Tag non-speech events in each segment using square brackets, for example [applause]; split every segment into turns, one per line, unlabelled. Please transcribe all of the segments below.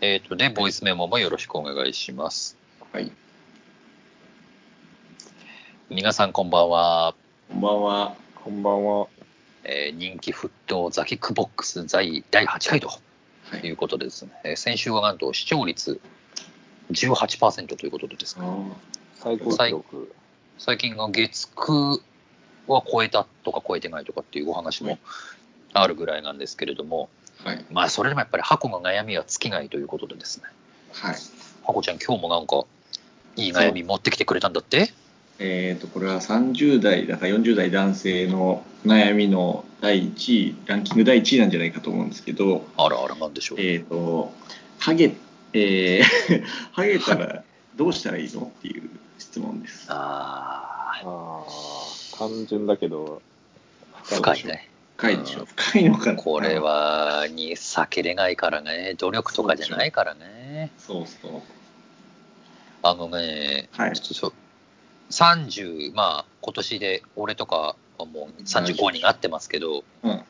えっ、と、で、ボイスメモもよろしくお願いします。
はい。
皆さんこんばんは。
こんばんは。
こんばんは。
えー人気沸騰ザキックボックス在第8回と
はい
いうことでですね、えー先週はなんと視聴率18%ということでですね、
最高記録。
最近が月9は超えたとか超えてないとかっていうお話もあるぐらいなんですけれども、
はい。
まあそれでもやっぱり箱の悩みは尽きないということでですね、
はい。
箱ちゃん今日もなんかいい悩み持ってきてくれたんだって
えっ、と、これは30代だから40代男性の悩みの第1位、ランキング第1位なんじゃないかと思うんですけど、
あらあらなんでしょう。
えっ、と、ハゲ、えー [laughs] ハゲたらどうしたらいいのっていう質問です。
あ
ああ、単純だけど、
あ、深いね。
深いでしょ。深いのかな。
これ。は、に避けれないからね。努力とかじゃないからね。
そうそう。
あのね、
はい
ちょっとそう30、まあ、今年で、俺とかはもう35になってますけど、
うん。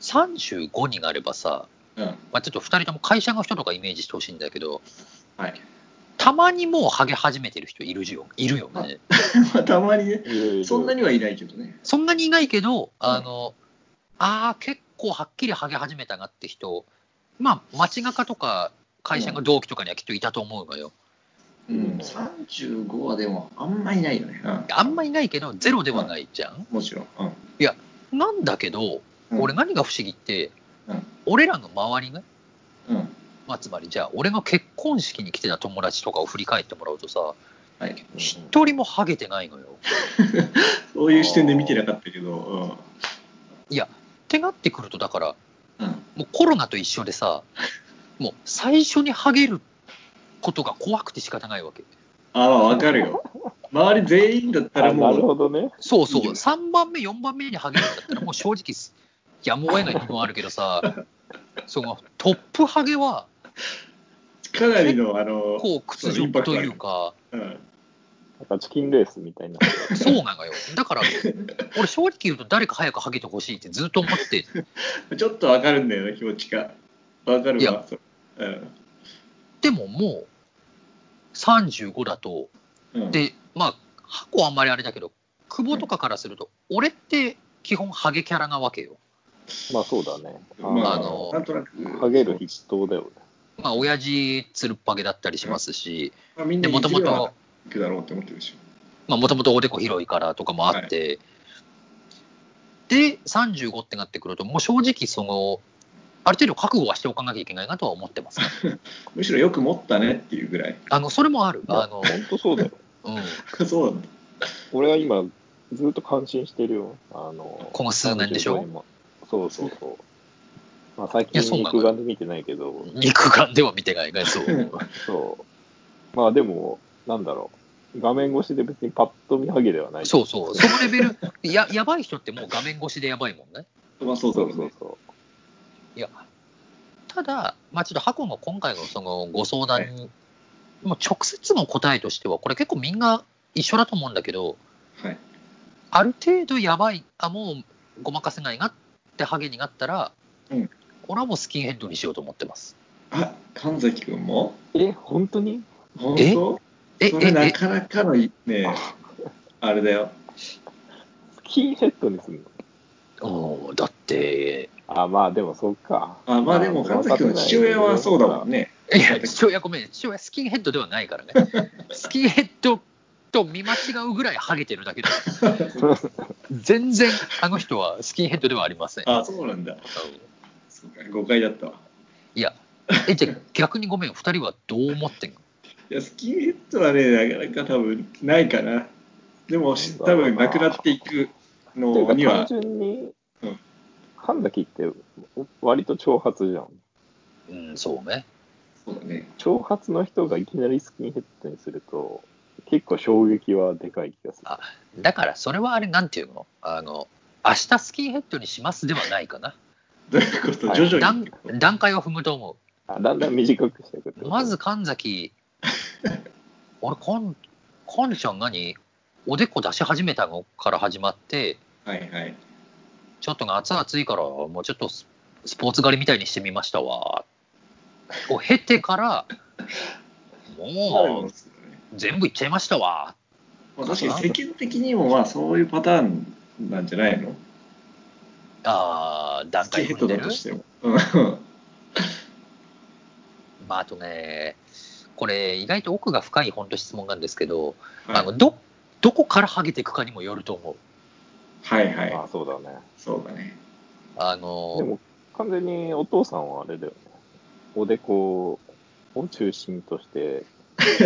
35になればさ、
うん。
まあ、ちょっと2人とも会社の人とかイメージしてほしいんだけど、
[laughs]
はい。
たまにもうハゲ始めてる人いるじよいるよね。
まあ、たまにね、
いろいろ
そんなにはいないけどね。
そんなにいないけど、あの、ああ、結構はっきりハゲ始めたなって人、まあ、街中とか、会社の同期とかにはきっといたと思うのよ。
うん。35はでも、あんまいないよね。うん。
あんまいないけど、ゼロではないじゃん。
もちろん。うん。
なんだけど、
うん
俺何が不思議って、
うん
俺らの周りね、
うん。
まあ、つまりじゃあ、俺の結婚式に来てた友達とかを振り返ってもらうとさ、
はい。
一人もハゲてないのよ。っ
そういう視点で見てなかったけど、
てなってくると、だから、
うん。うん。
もうコロナと一緒で
[laughs]
さ、もう最初にハゲることが怖くて仕方ないわけ。
ああ、わかるよ。周り全員だったら
あな
も
る
う、
ほどね。
そうそう、
いいよね
3番目、4番目にハゲるんだったら、もう正直す、やむを得ない部分はあるけど
[laughs]
さ、そのトップハゲは、
かなりの、あの、
こう、屈辱というか、
うん。
なんかチキンレースみたいな。
そうなのよ。だから、俺、正直言うと、誰か早くハゲてほしいってずっと思って、
ちょっとわかるんだよね、気持ちが。わか
い
るわ
や。
そうん。
でももう、35だと、
うん、
で、まあ、箱はあんまりあれだけど、久保とかからすると、俺って基本ハゲキャラなわけよ。
[laughs] まあそうだね。
ま
あ
あ
の
なんとなく、
ハゲる筆頭だよね。
まあ、親父、つるっぱげだったりしますし、
まあ、みん
で、
な
もともと、
いくだろうって思ってるでし
まあ、もともとおでこ広いからとかもあって、で、35ってなってくると、もう正直、その、ある程度覚悟はしておかなきゃいけないなとは思ってます。
ょ。むしろよく持ったねっていうぐらい。
あの、それもある。あの、
本当そうだよ。
うん、
そうなんだ。
俺は今、ずっと感心してるよ。あの、
この数年でしょ
35もそうそうそう。まあ最
いやそうなの
近肉眼で見てないけど、
肉眼では見てないね、そう。
そう。まあでも、なんだろう。画面越しで別にパッと見ハゲではない。
そうそう。そのレベル、や、やばい人ってもう画面越しでやばいもんね。
まあ、そう
そ
そうう
そ
そうう。
そう。
いや、ただ、まあ、ちょっと箱の今回のそのご相談に、もう直接の答えとしては、これ結構みんな一緒だと思うんだけど、
はい。
ある程度やばい、あ、もうごまかせないなってハゲになったら、
うん
俺はもうスキンヘッドにしようと思ってます。
あ、神崎君も
え、本当に
本
え
当
え、
そ
え、
れな
え、
かなかの、ね、あれだよ。
スキンヘッドにするの
おーだって、
あ、まあでもそうか。
あまあでも、神崎君の父親はそうだもん
ね。
ね。
いや、父親ごめん、父親スキンヘッドではないからね。スキンヘッドと見間違うぐらいハゲてるだけだ。全然あの人はスキンヘッドではありません。
あ、そうなんだ。
うん
そうか、誤解だったわ。
いや、え、じゃあ逆にごめん、二人はどう思ってんの
いや、スキンヘッドはね、なかなか多分ないかな。でも、し多分なくなっていく
っていう
の
か
には、
単純に
うん、
神崎って割と長髪じゃん。
うん、そうね。
そうだね。
長髪の人がいきなりスキンヘッドにすると、結構衝撃はでかい気がする。
あだからそれはあれなんていうのあの明日スキンヘッドにしますではないかな
どういうこと
はい
徐々
段
に。
段階を踏むと思
あだんだん短くしていくってこ
う
と
まず、神崎あれかんかんちゃん何おでこ出し始めたのから始まって
はいはい。
ちょっと夏暑いからもうちょっとススポーツ狩りみたいにしてみましたわを経てから、もう
すよね
全部いっちゃいましたわ。
まあ、確かに世間的にもまあそういうパターンなんじゃないの
あー段
スキ
階
ンヘッ
踏
ド
んで
だ
る
と。しても。うん
まあ、あとね、これ意外と奥が深い本当質問なんですけど、あの
は
どどこからハゲていくかにもよると思う。
いはい
あ
は
あ、そうだね。
い。そうだね。
あ
で
の
も、完全にお父さんはあれだよね。おでこを中心として、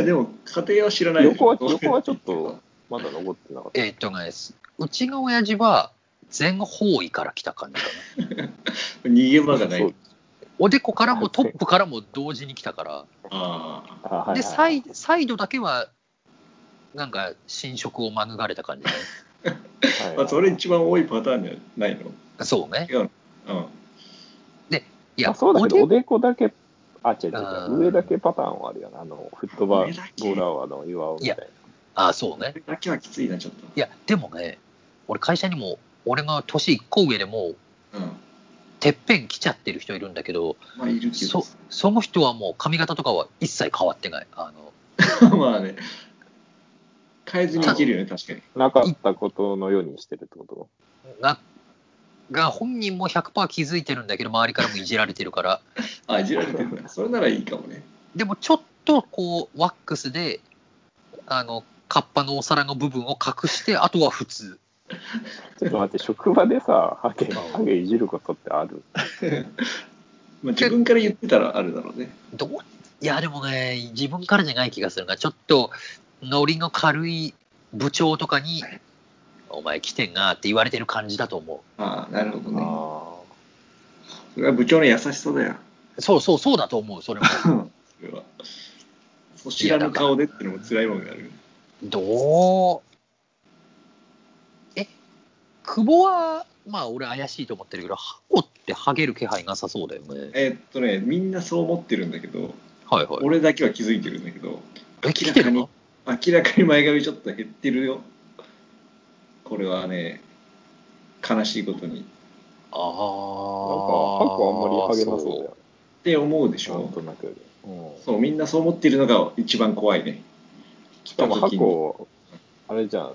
でも家庭は知らないでし
横
ょ
は、横はちょっと、まだ残ってなかった。
えーっとね、うちの親父は全方位から来た感じかな。
逃げ場がな
そ。
いう
おでこからもトップからも同時に来たか
あ
あはい
ら、
はい
でサイサイドだけは、なんか侵食を免れた感じだね、
[laughs]
あ、
はい
まあ、それ一番多いパターンじゃないの
そうね。
違うの
い
ま
や
あ、そうだけど、お
おで
でこだけ、あ、違う違
あ
う
ー
違う、上だけパターンはあるよね。あの、フットバ
上
ー
だけ
ボーラーはあの岩尾みたいな。
あそうね
う。ん。だけはきついな、ちょっと。
いや、でもね、俺、会社にも、俺が年1個上でもう、
うん。
てっぺん来ちゃってる人いるんだけど、
まあ、いるけ
そその人はもう髪型とかは一切変わってない。あの
ど。 [laughs] まあね。変えずにいけるよね、確かに。
なかったことのようにしてるってこと
がが本人も100%気づいてるんだけど、周りからもいじられてるから、
あ、いじられてるんだ。それならいいかもね。
でもちょっとこうワックスであのカッパのお皿の部分を隠してあとは普通
ちょっ
[laughs]
と待って、職場でさ、ハゲ、
ん
ハゲいじることってある
まあ、自分から言ってたらあるだろうね。
どういやでもね自分からじゃない気がするなちょっとノリの軽い部長とかに「お前来てんな」って言われてる感じだと思
ああ、なるほどね。
あ
それは部長の優しさだよ。
うそうそうそうだと思うそれも
それは。そ知らぬ顔でってのも辛いもんがある。
どうえ久保はまあ俺怪しいと思ってるけどハコってハゲる気配なさそうだよね
えーっとね、みんなそう思ってるんだけど、
はいはい
俺だけは気づいてるんだけど、
え来てるの
明らかに前髪ちょっと減ってるよ。これはね、悲しいことに。っ
ああ。なんか、
あ。なんか、ハコあんまりハゲなそうだよ。
て思うでし
なん
ょ
と。なくより。うん。
そう、みんなそう思ってるのが一番怖いね。来
しかもハコ、あれじゃん、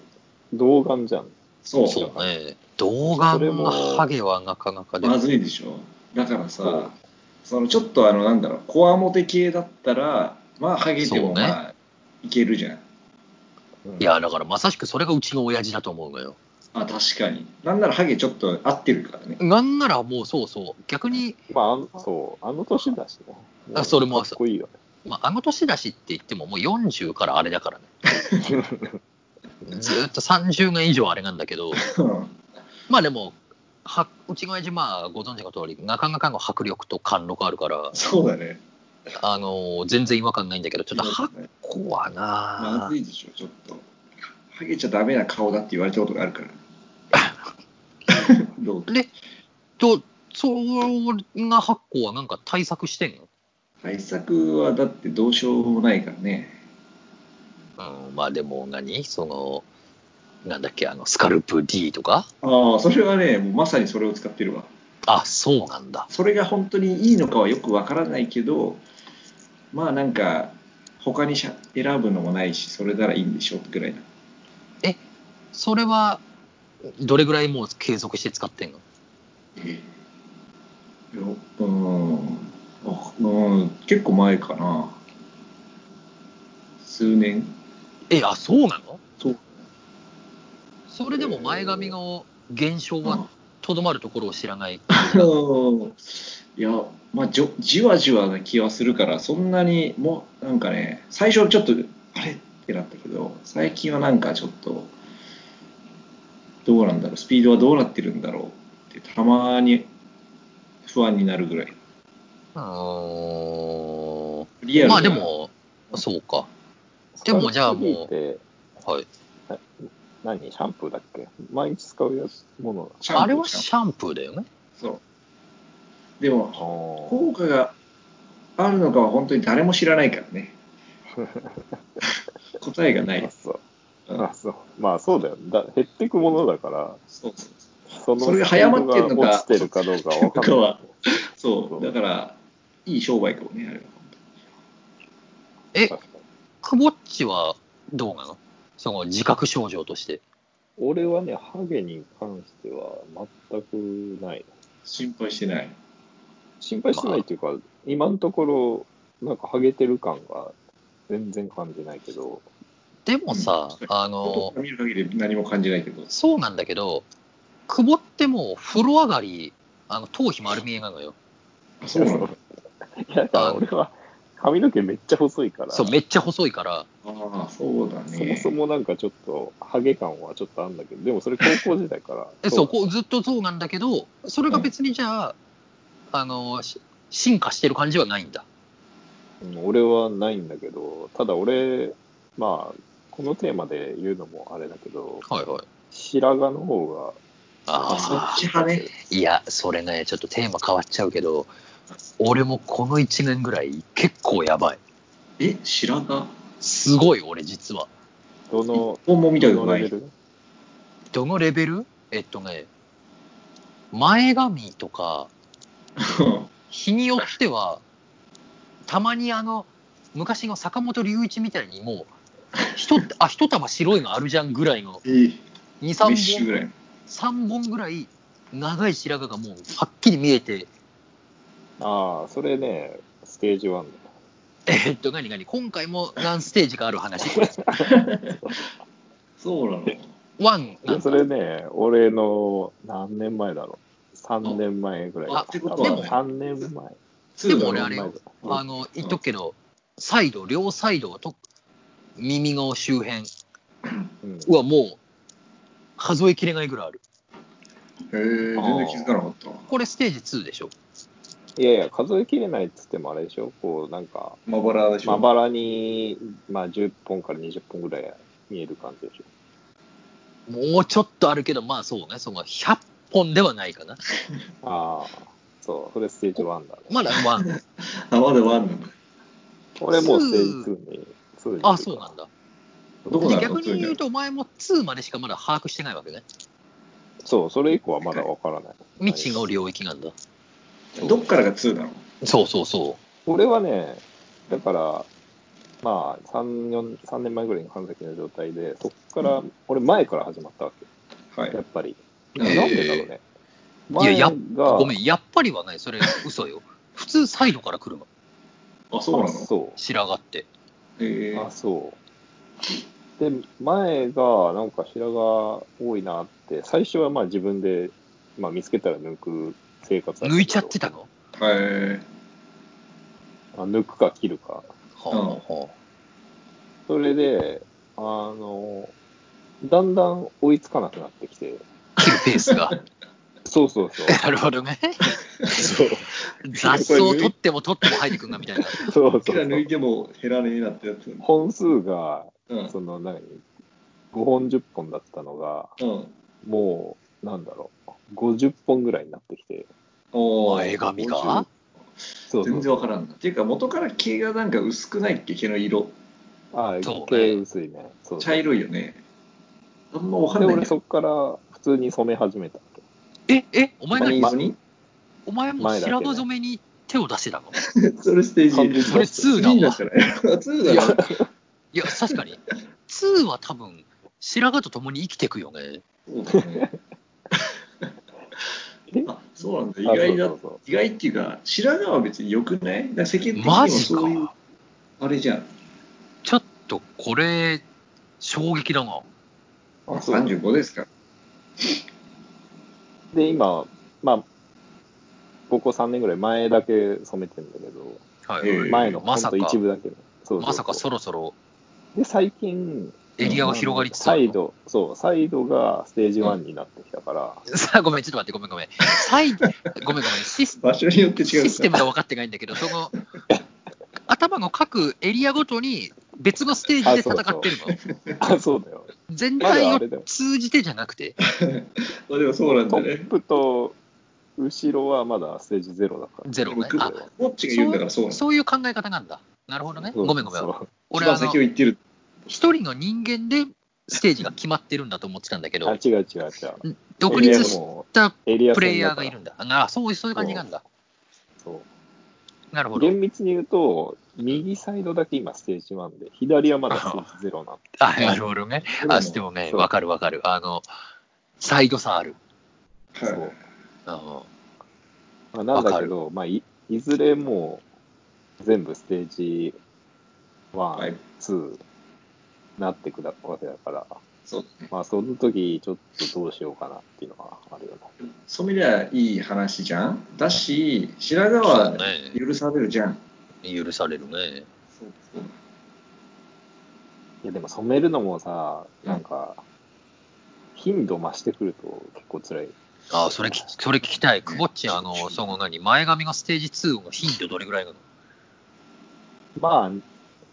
童顔じゃん。
そう、
そうね。童顔のハゲはなかなかでも
まずいでしょ。だから
そ
さ
う、
そのちょっとあの、なんだろう、こわもて系だったら、まあ、ハゲても
そうね
まあ、いけるじゃん。
うん
いや、だからまさしくそれがうちの親父だと思うのよ。
あ、確かに。なんならハゲちょっと合ってるからね。
なんならもうそうそう、逆に、
まああん、そう、あの年だしね。
あそれも
かっこいいよね。
まあ、あの年だしって言ってももう40からあれだからね。ずーっと30年以上あれなんだけど、まあでも、はうちの親父、まあご存知の通り、なかなかの迫力と貫禄あるから、
[laughs] そうだね。
あのー全然違和感ないんだけど、ちょっとハ
ね
コは
ま
な
ずいでしょ、ちょっと。ハゲちゃダメな顔だって言われたことがある [laughs] から。どう
で、と、そうな発行はなんか対策してんの
対策はだってどうしようもないからね。
うん、まあでも何その、なんだっけ、あの、スカルプ D とか
ああ、それはね、もうまさにそれを使ってるわ。
あ、そうなんだ。
それが本当にいいのかはよくわからないけど、まあなんか、他にしゃ選ぶのもないし、それならいいんでしょうぐらいな。
それは、どれぐらいもう継続して使ってんの
ええようんあうん結構前かな数年
え、あ、そうなの
そう
それでも前髪の減少はとどまるところを知らない。
うん [laughs] いやまあじょじわじわな気はするからそんなにもうなんかね最初はちょっとあれってなったけど最近はなんかちょっとどうなんだろうスピードはどうなってるんだろうってたまに不安になるぐらいう
ーん。
リアルな
まあでも、そうか。でもじゃあもう
スカルプ D って
はい。
何シャンプーだっけ毎日使うやつもの
シャンプー
あれは
シャンプ
シャンプーだよね。
ーそうでも
こ
効果があるのかは本当に誰も知らないから [laughs] ね答えがな
う
い、うん
あそう
そう
あそうまあそうだよだ減っていくものだから
そうそう
その
それが早まってんのか
スピードが落ちてるかどうかは分かん
と
な
はそうだからいい商売かもねあれは
え、
確かに
くぼっちはどうなのその自覚症状として。
俺はね、ハゲに関しては全くない。
心配してない。
心配してないっていうか、今のところ、なんかハゲてる感が全然感じないけど、
でもさ
うん、
あ
外
の
か、ら見る限り何も感じないけど。
そうなんだけど、くぼってもう風呂上がり、あの頭皮丸見えなのよ。
あそうなの
いや、だから俺は髪の毛めっちゃ細いから、
そう、めっちゃ細いから、。
ああ、そうだ
そも
ね。
そもなんかちょっと、ハゲ感はちょっとあるんだけど、でもそれ高校時代から
えそうこうずっとそうなんだけど、それが別にじゃあ、あの、し進化してる感じはないんだ。
うん俺はないんだけど、ただ俺、まあ、このテーマで言うのもあれだけど、
はいはい。
白髪の方
あ
あ、そ
あ
っ、ち派ね。
いや、それね、ちょっとテーマ変わっちゃうけど、俺もこの1年ぐらい結構やばい。
え、白髪
すごい、俺実は。
が、どの、
本も見たこ
ど
と
の
な
レベ
い。
ル
どのレベルえっとね、前髪とか、日によっては、たまにあの、昔の坂本龍一みたいにもう、ひとあ、一束白いのあるじゃんぐらい
[laughs]
の、
えー、
2、
メッ
3
シュ
本
ぐらい。
3本ぐらい長い白髪がもうはっきり見えて、
ああ、それね、ステージ1だ。
えっと、何何今回も何ステージかある
[laughs]
話、これ。
そうなの。
ワン
いやそれね、俺の何年前だろう。3年前ぐらい。
あ
ってこと
はね
3年
で
前。
も俺
ツーだろ
あれよ
うん
あの、言っとくけど、サイド、両サイドと、耳の周辺
うん
はもう、数えきれないぐらいある。
へえ、全然気づかなかった。
これステージ2でしょ
いやいや、数えきれないっつってもあれでしょ。こう、なんか、
まばらでしょ。
まばらに、まあ、10本から20本ぐらい見える感じでしょ。
もうちょっとあるけど、まあそうね、その100本ではないかな。
ああ、そう、それステージ1だね。
まだワ
[laughs]
ン。
あ、まだワンなんだ。
俺もうステージ2に、2にいるから
あ、そうなんだ。
どこな
で
の
逆に言うと、お前も2までしかまだ把握してないわけね。
そう、それ以降はまだわからない。
未知の領域なんだ。
どっからがツーなの
そうそうそ
俺はね、だから、まあ、3、4 3年前ぐらいに半席の状態で、そこから、俺、前から始まったわ
は
け、やっ
い。
ぱり。
え
なん
ー
でだろうね。
いややっ
が
う。ごめん、やっぱりはない。それ、嘘よ。 [laughs] 普通、サイドから来るの。
あ、そうな
あ
の
そ
白髪って。
え
う。
ー
あ、そう。で、前が、なんか白髪多いなって、最初はまあ自分で、まあ見つけたら抜く生活だたけど
抜いちゃってたの
はい。
あ抜くか切るか。
はあは
それで、あの、だんだん追いつかなくなってきて、
あ、切るペースが。 [laughs]
そうそうそ
[laughs]
う。
なるほど [laughs] ね。
そう
雑草を取っても取っても生えてくんがみたいな。
そうそう
いく
そ
ら抜
う
い。ても減らねえなってやつ。
本数が、
うん。うん。
その何、5本10本だったのが、もう、なんだろう、50本ぐらいになってきて、
おー
前髪が
そうそう
全然わからんな。っていうか、元から毛がなんか薄くないっけ毛の色。
あ
そうね
あ、毛薄いね。そう
茶色いよね。あんまわか
で、
んない
俺
ね。
そこから普通に染め始めたわけ。
え、え、お前
マ
何、
ニーズに
お前も白髪染めに手を出してたの
それステージ。
それ2だ
だ
わ
った。ら。ツーだろ。
いや、確かに。2は多分、白髪と共に生きてくよね。
[laughs] そうだね。
え
あ、そうなんだ。意
あ
外だ
そう。そう
意外っていうか、白髪は別に良くないだから世間的に
マ
も
ジ
そういう
か。
あれじゃん。
ちょっと、これ、衝撃だな。
そうあそう
35ですか。
で、今、まあ、ここ3年ぐらい前だけ染めてんだけど、
は
え
い。
え
前のほ
ま
ん
さか
と一部だけど。そうそうそう
まさかそろそろ
で、最近、
エリアが広がりつつあ
サ
る
イ
の。
ド、そう、サイドがステージ1になってきたから、
[laughs] さあ、ごめん、ちょっと待って、ごめん、ごめん。サイド、ごめん、ごめん。シス
場所によって違う
システム
か
が分かってないんだけど、その、頭の各エリアごとに別のステージで戦ってるの。
あ、そうだよ。
全
まだあれ
体
だ
を
よ
通じてじゃなくて。
ら。でもそうなん
ト
だ
ッ
ね。
プと後ろはまだステージゼロだから。
ゼロね
でも
あ
こっちが言うんだから
そ
そうな
う
の。
そういう考え方なんだ。なるほどね。
そう
ごめんごめん。
そう
俺、
一
あ
番
の
先を、言ってる。
一人の人間でステージが決まってるんだと思ってたんだけ
あ、
ど、
違う違う違う。
独
エリア
立し
も
た
エリア
プレイヤーがいる
ん
んだ。あ、そういうそういう感じなんだ。
そう。
なるほど。
厳密に言うと、右サイドだけ今ステージ1で、左はまだステージ0なんで。
あ、なるほどね。
でも
あ、してもね、
そう
わかるわかる。あの、サイド差ある。
は
そ
いう
あの
まあ、なんだけど、まあ、いいずれもう全部ステージ
は
1
い、
2なってくだわけだから、
そうですね
まあ、その時ちょっとどうしようかなっていうのはあるよね。
そう見りゃいい話じゃんだし白髪
そう
は
ね。
許されるじゃん
許されるね。
そうそう
いや、でも染めるのもさ、なんか、頻度増してくると結構辛い。
あ、それき、それ聞きたい。くぼっち、あの、その何、前髪がステージ2の頻度どれぐらいなの
まあ、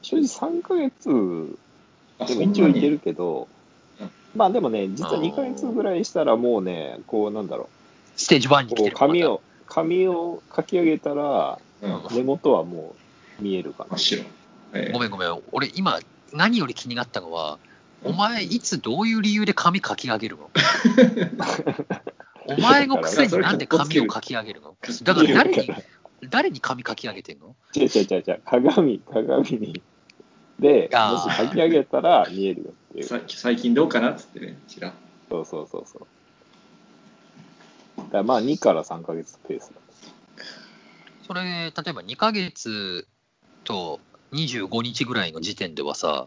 正直3ヶ月
あ
で
そ
も
ん
一応
ない
け
に
るけど
うん、
まあでもね、実は
あー
2ヶ月ぐらいしたらもうね、こうなんだろ
ステージ1
う、
に来
こ
て
う
る
髪。を、髪をかき上げたら、
うん
うん
根元はもう見えるか
真
ら
っ。白え
ま
え
たごめんごめん。俺、今、何より気になったのは、お前、いつどういう理由で髪かき上げる
[laughs]
のお前のくせになんで髪をかき上げるのだから誰に、誰に髪かき上げてんの
違う違う違う違う、鏡、鏡に。で、
あー
もしかき上げたら見えるよっていう。そ
さ最近どうかなっつってねちらっ
うそうそうそう。だからまあ2から3ヶ月ペースだ。
それ、例えば2ヶ月と25日ぐらいの時点ではさ、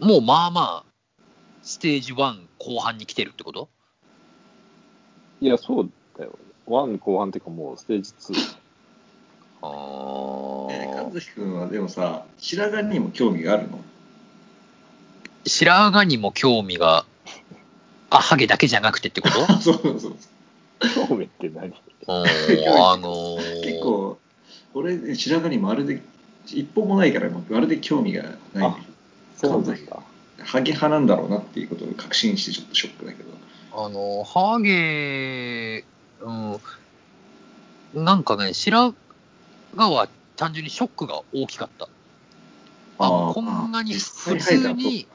うん、
もうまあまあ、ステージ1後半に来てるってこと
いや、そうだよ。1後半っていうかもうステージ2。
ああ
えー。和樹君はでもさ白髪にも興味があるの [laughs]
白髪にも興味が、あ、ハゲだけじゃなくてって
[laughs]
こと
あそうそうそう
興味って何
う
味
ーん、あのー
結構俺ね白髪にまるで一本もないからもうまるで興味がない
あそうなんだ。
ハゲ派なんだろうなっていうことを確信してちょっとショックだけど
あの、ハゲ、うん、なんかね、白髪は単純にショックが大きかった。あ
ー
こんなに
実
普
際生えた
通
ら [laughs] そう
に、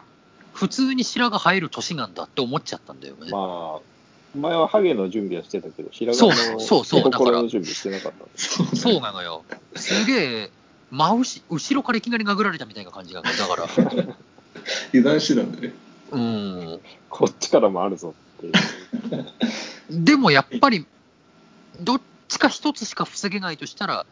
普通に白髪生える年なんだって思っちゃったんだよね。
まあ、前はハゲの準備はしてたけど、白
そう
髪の
そうそうだから
心の準備してなかったんだ
そうなのよ。すげえ、真後後ろからいきなり殴られたみたいな感じなの。だから、
[laughs] 油断してたんだね
うん。
こっちからもあるぞっていう。
でもやっぱり、どっちか一つしか防げないとしたら、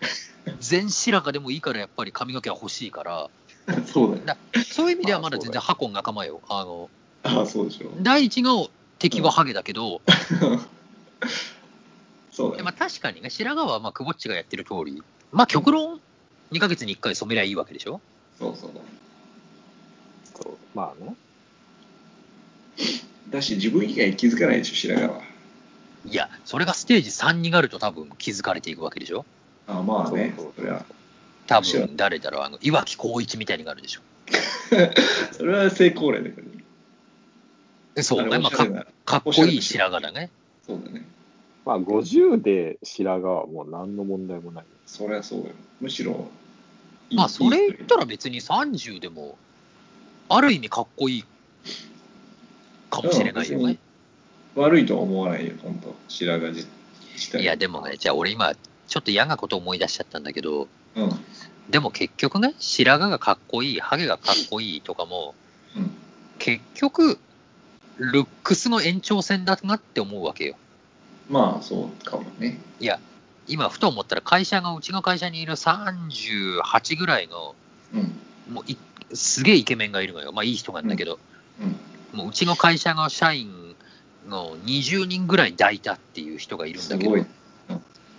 全白髪でもいいからやっぱり髪の毛は欲しいから、
[laughs] そうだよ
だそういう意味では
ま
ま
あ
だ全然箱の仲間よ。あの、
ああそうでしょ
第一の敵はハゲだけど、
そうだ
で
よ
まあ、確かにね、白髪はまあ、くぼっちがやってる通り、まあ極論、2ヶ月に1回染めりゃいいわけでしょ
そうそう
そうまあね。
だし自分以外気づかないでしょ白髪はい
や、それがステージ3になると多分気づかれていくわけでしょ
ああまあね
そうそう
それは
多
そう
分誰だろう、あの、岩城光一みたいになるでしょ
それは成功例だけどね
そうね、
あれ
ま
お
あ
しゃ
か
れな
かっこいい白髪だね。
そうだね
まあ50で白髪はもう何の問題もない。
そりゃそうよむしろいい
まあそれ
いい
言ったら別に30でも、ある意味かっこいいかもしれないよね。
悪いとは思わないよ本当白髪自自体
いや、でもね、じゃあ俺今、ちょっと嫌なこと思い出しちゃったんだけど、
うんうん
でも結局ね、白髪がかっこいい、ハゲがかっこいいとかも、結局、ルックスの延長線だなって思うわけよ。
まあそうかもね
いや、今、ふと思ったら、会社が、うちの会社にいる38ぐらいの、
うん
もうい、すげえイケメンがいるのよ。まあ、いい人なんだけど、
うん
もう、うちの会社の社員の20人ぐらい抱いたっていう人がいるん
す
だけど
ごい、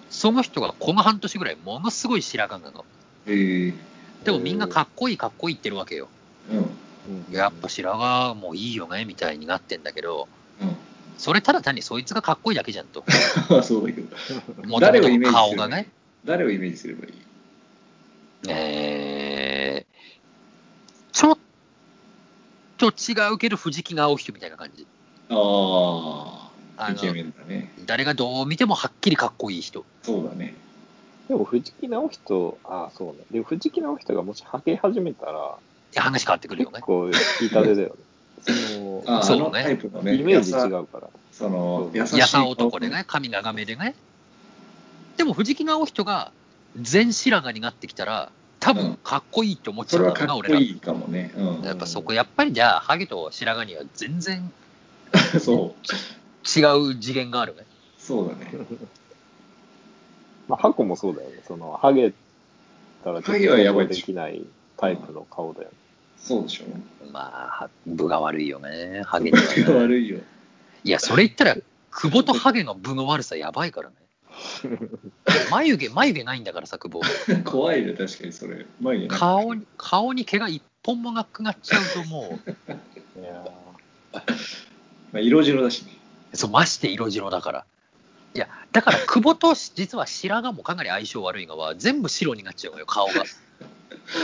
その人がこの半年ぐらい、ものすごい白髪なの。
へえ
でも、みんなかっこいい、かっこいいってるわけよ。
うん [laughs] うん
やっぱ白髪もいいよね、みたいになってんだけど、
うん
それただ単にそいつがかっこいいだけじゃん
[laughs]
と。
あそうだけど
元
誰を
々
イメ
の
ージす
顔
る
がね。
誰をイメージすればいい
えー、ちょっと違うけど藤木が青人みたいな感じ。
ああ
あ
イケメ
の
ンだね
誰がどう見てもはっきりかっこいい人。
そうだね
でも藤木直人、ああ、そうね。でも藤木直人がもしハゲ始めたら、
話変わってくるよ
結
ね。
構引いた手
[laughs]
だよね。そ
あ
そ
そうう
ね
のタイプの
の
ね
イメージ違
優
うから。
その優しい
やさ男でね、髪長めでね。でも藤木直人が全白髪になってきたら、多
うん
分かっこいいって思っち
そ
ゃう
れは
の
か
が
っ
俺
こ
ら。
いいかもね。うん
やっぱそこ、やっぱりじゃあ、ハゲと白髪には全然
そう。
違う次元があるね。
そう
[laughs]
だね。
まあ、ハコもそうだよね。その、ハゲたら
ハゲはやばい
できないタイプの顔だよね。
そうでしょ。
まあ、部が悪いよね、ハゲにはね
僕が [laughs] 悪いよ。
いや、それ言ったら、久保とハゲの部の悪さやばいからね。眉毛、眉毛ないんだからさ、久保。
怖いね、確かにそれ。眉毛な
顔に、顔に毛が一本もなくなっちゃうとも
いや
まあ、色白だしね。
う、そう、まして色白だから。いや、だから久保と実は白髪もかなり相性悪いのは、全部白になっちゃうのよ、顔が。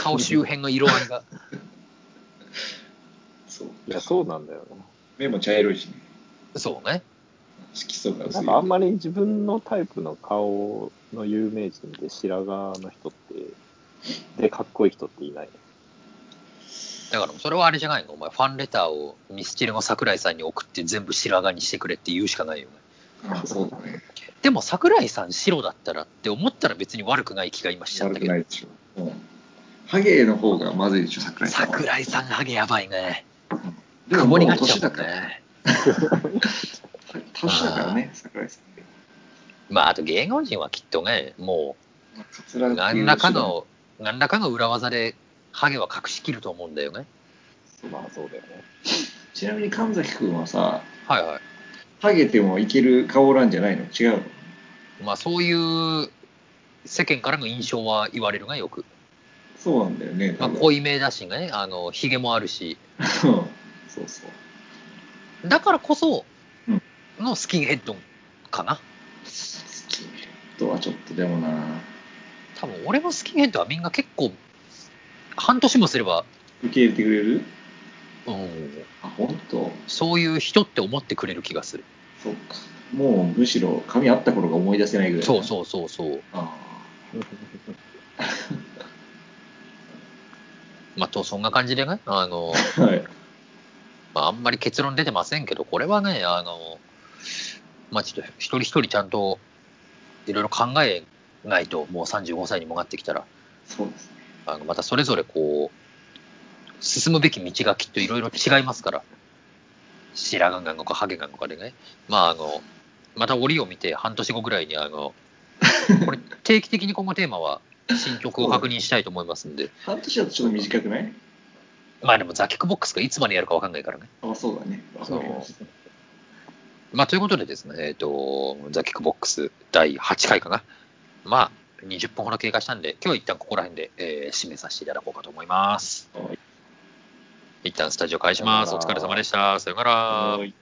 顔周辺の色合
[laughs]
いが。
そう。
ーいやそうなんだよね。
目も茶色いしね。
そうね。
色素が
な
薄
ん
い。
かあんまり自分のタイプの顔の有名人で白髪の人
[laughs]
って、で、かっこいい人っていない。
だからそれはあれじゃないの、お前、ファンレターをミスチルの桜井さんに送って全部白髪にしてくれって言うしかないよね。
あそうだね。
でも桜井さん白だったらって思ったら別に悪くない気が今しちゃっ
悪
た
く
けど
ないでしょ。うん。ハゲの方がまずいでしょ、桜井さんは。
桜井さんハゲやばいね
でも
曇
もう
りがっち
年
ゃ
だ
うも
か
ん
ら。
ね
年だからね、桜井さんね。
まああと芸能人はきっとねも
まあカツラっ
う
ていう
何らかの何らかの裏技でハゲは隠しきると思うんだよね
まあそうだよね。
ちなみに神崎君はさ、
はいはい
ハゲてもいける顔なんじゃないの違うの
まあそういう世間からの印象は言われるがよく、
そうなんだよね。
まあ、
多分
濃いめだしねあのヒゲもあるし
うんそうそう。
だからこそ
うん
のスキンヘッドかな
スキンヘッドはちょっとでもな。
多分俺のスキンヘッドはみんな結構半年もすれば
受け入れてくれる
うん
あ、本当。
そういう人って思ってくれる気がする。
そっか。もうむしろ髪あった頃が思い出せないぐらい。
そう
う。
そうそうそう。
あ
まあ、とそんな感じでね、あの、
あはい。
まあ、あんまり結論出てませんけど、これはね、あの、まあ、ちょっと一人一人ちゃんといろいろ考えないと、もう35歳にもなってきたら、
そうですね。
あのまたそれぞれこう、進むべき道がきっといろいろ違いますから、白髪なのか、ハゲなのかでね、まあ、あの、また折を見て、半年後ぐらいに、あの、これ、定期的にこのテーマは、新曲を確認したいと思いますんで、
半年だとちょっと短くない
まあでもザキックボックスがいつまでやるかわかんないからね。
あ、そうだね。わかりました
まあということでですね、えっ、と、ザキックボックス第8回かな。まあ20分ほど経過したんで、今日は一旦ここら辺で、えー締めさせていただこうかと思います。
はい
一旦スタジオ返します。お疲れ様でした。さようなら。
はい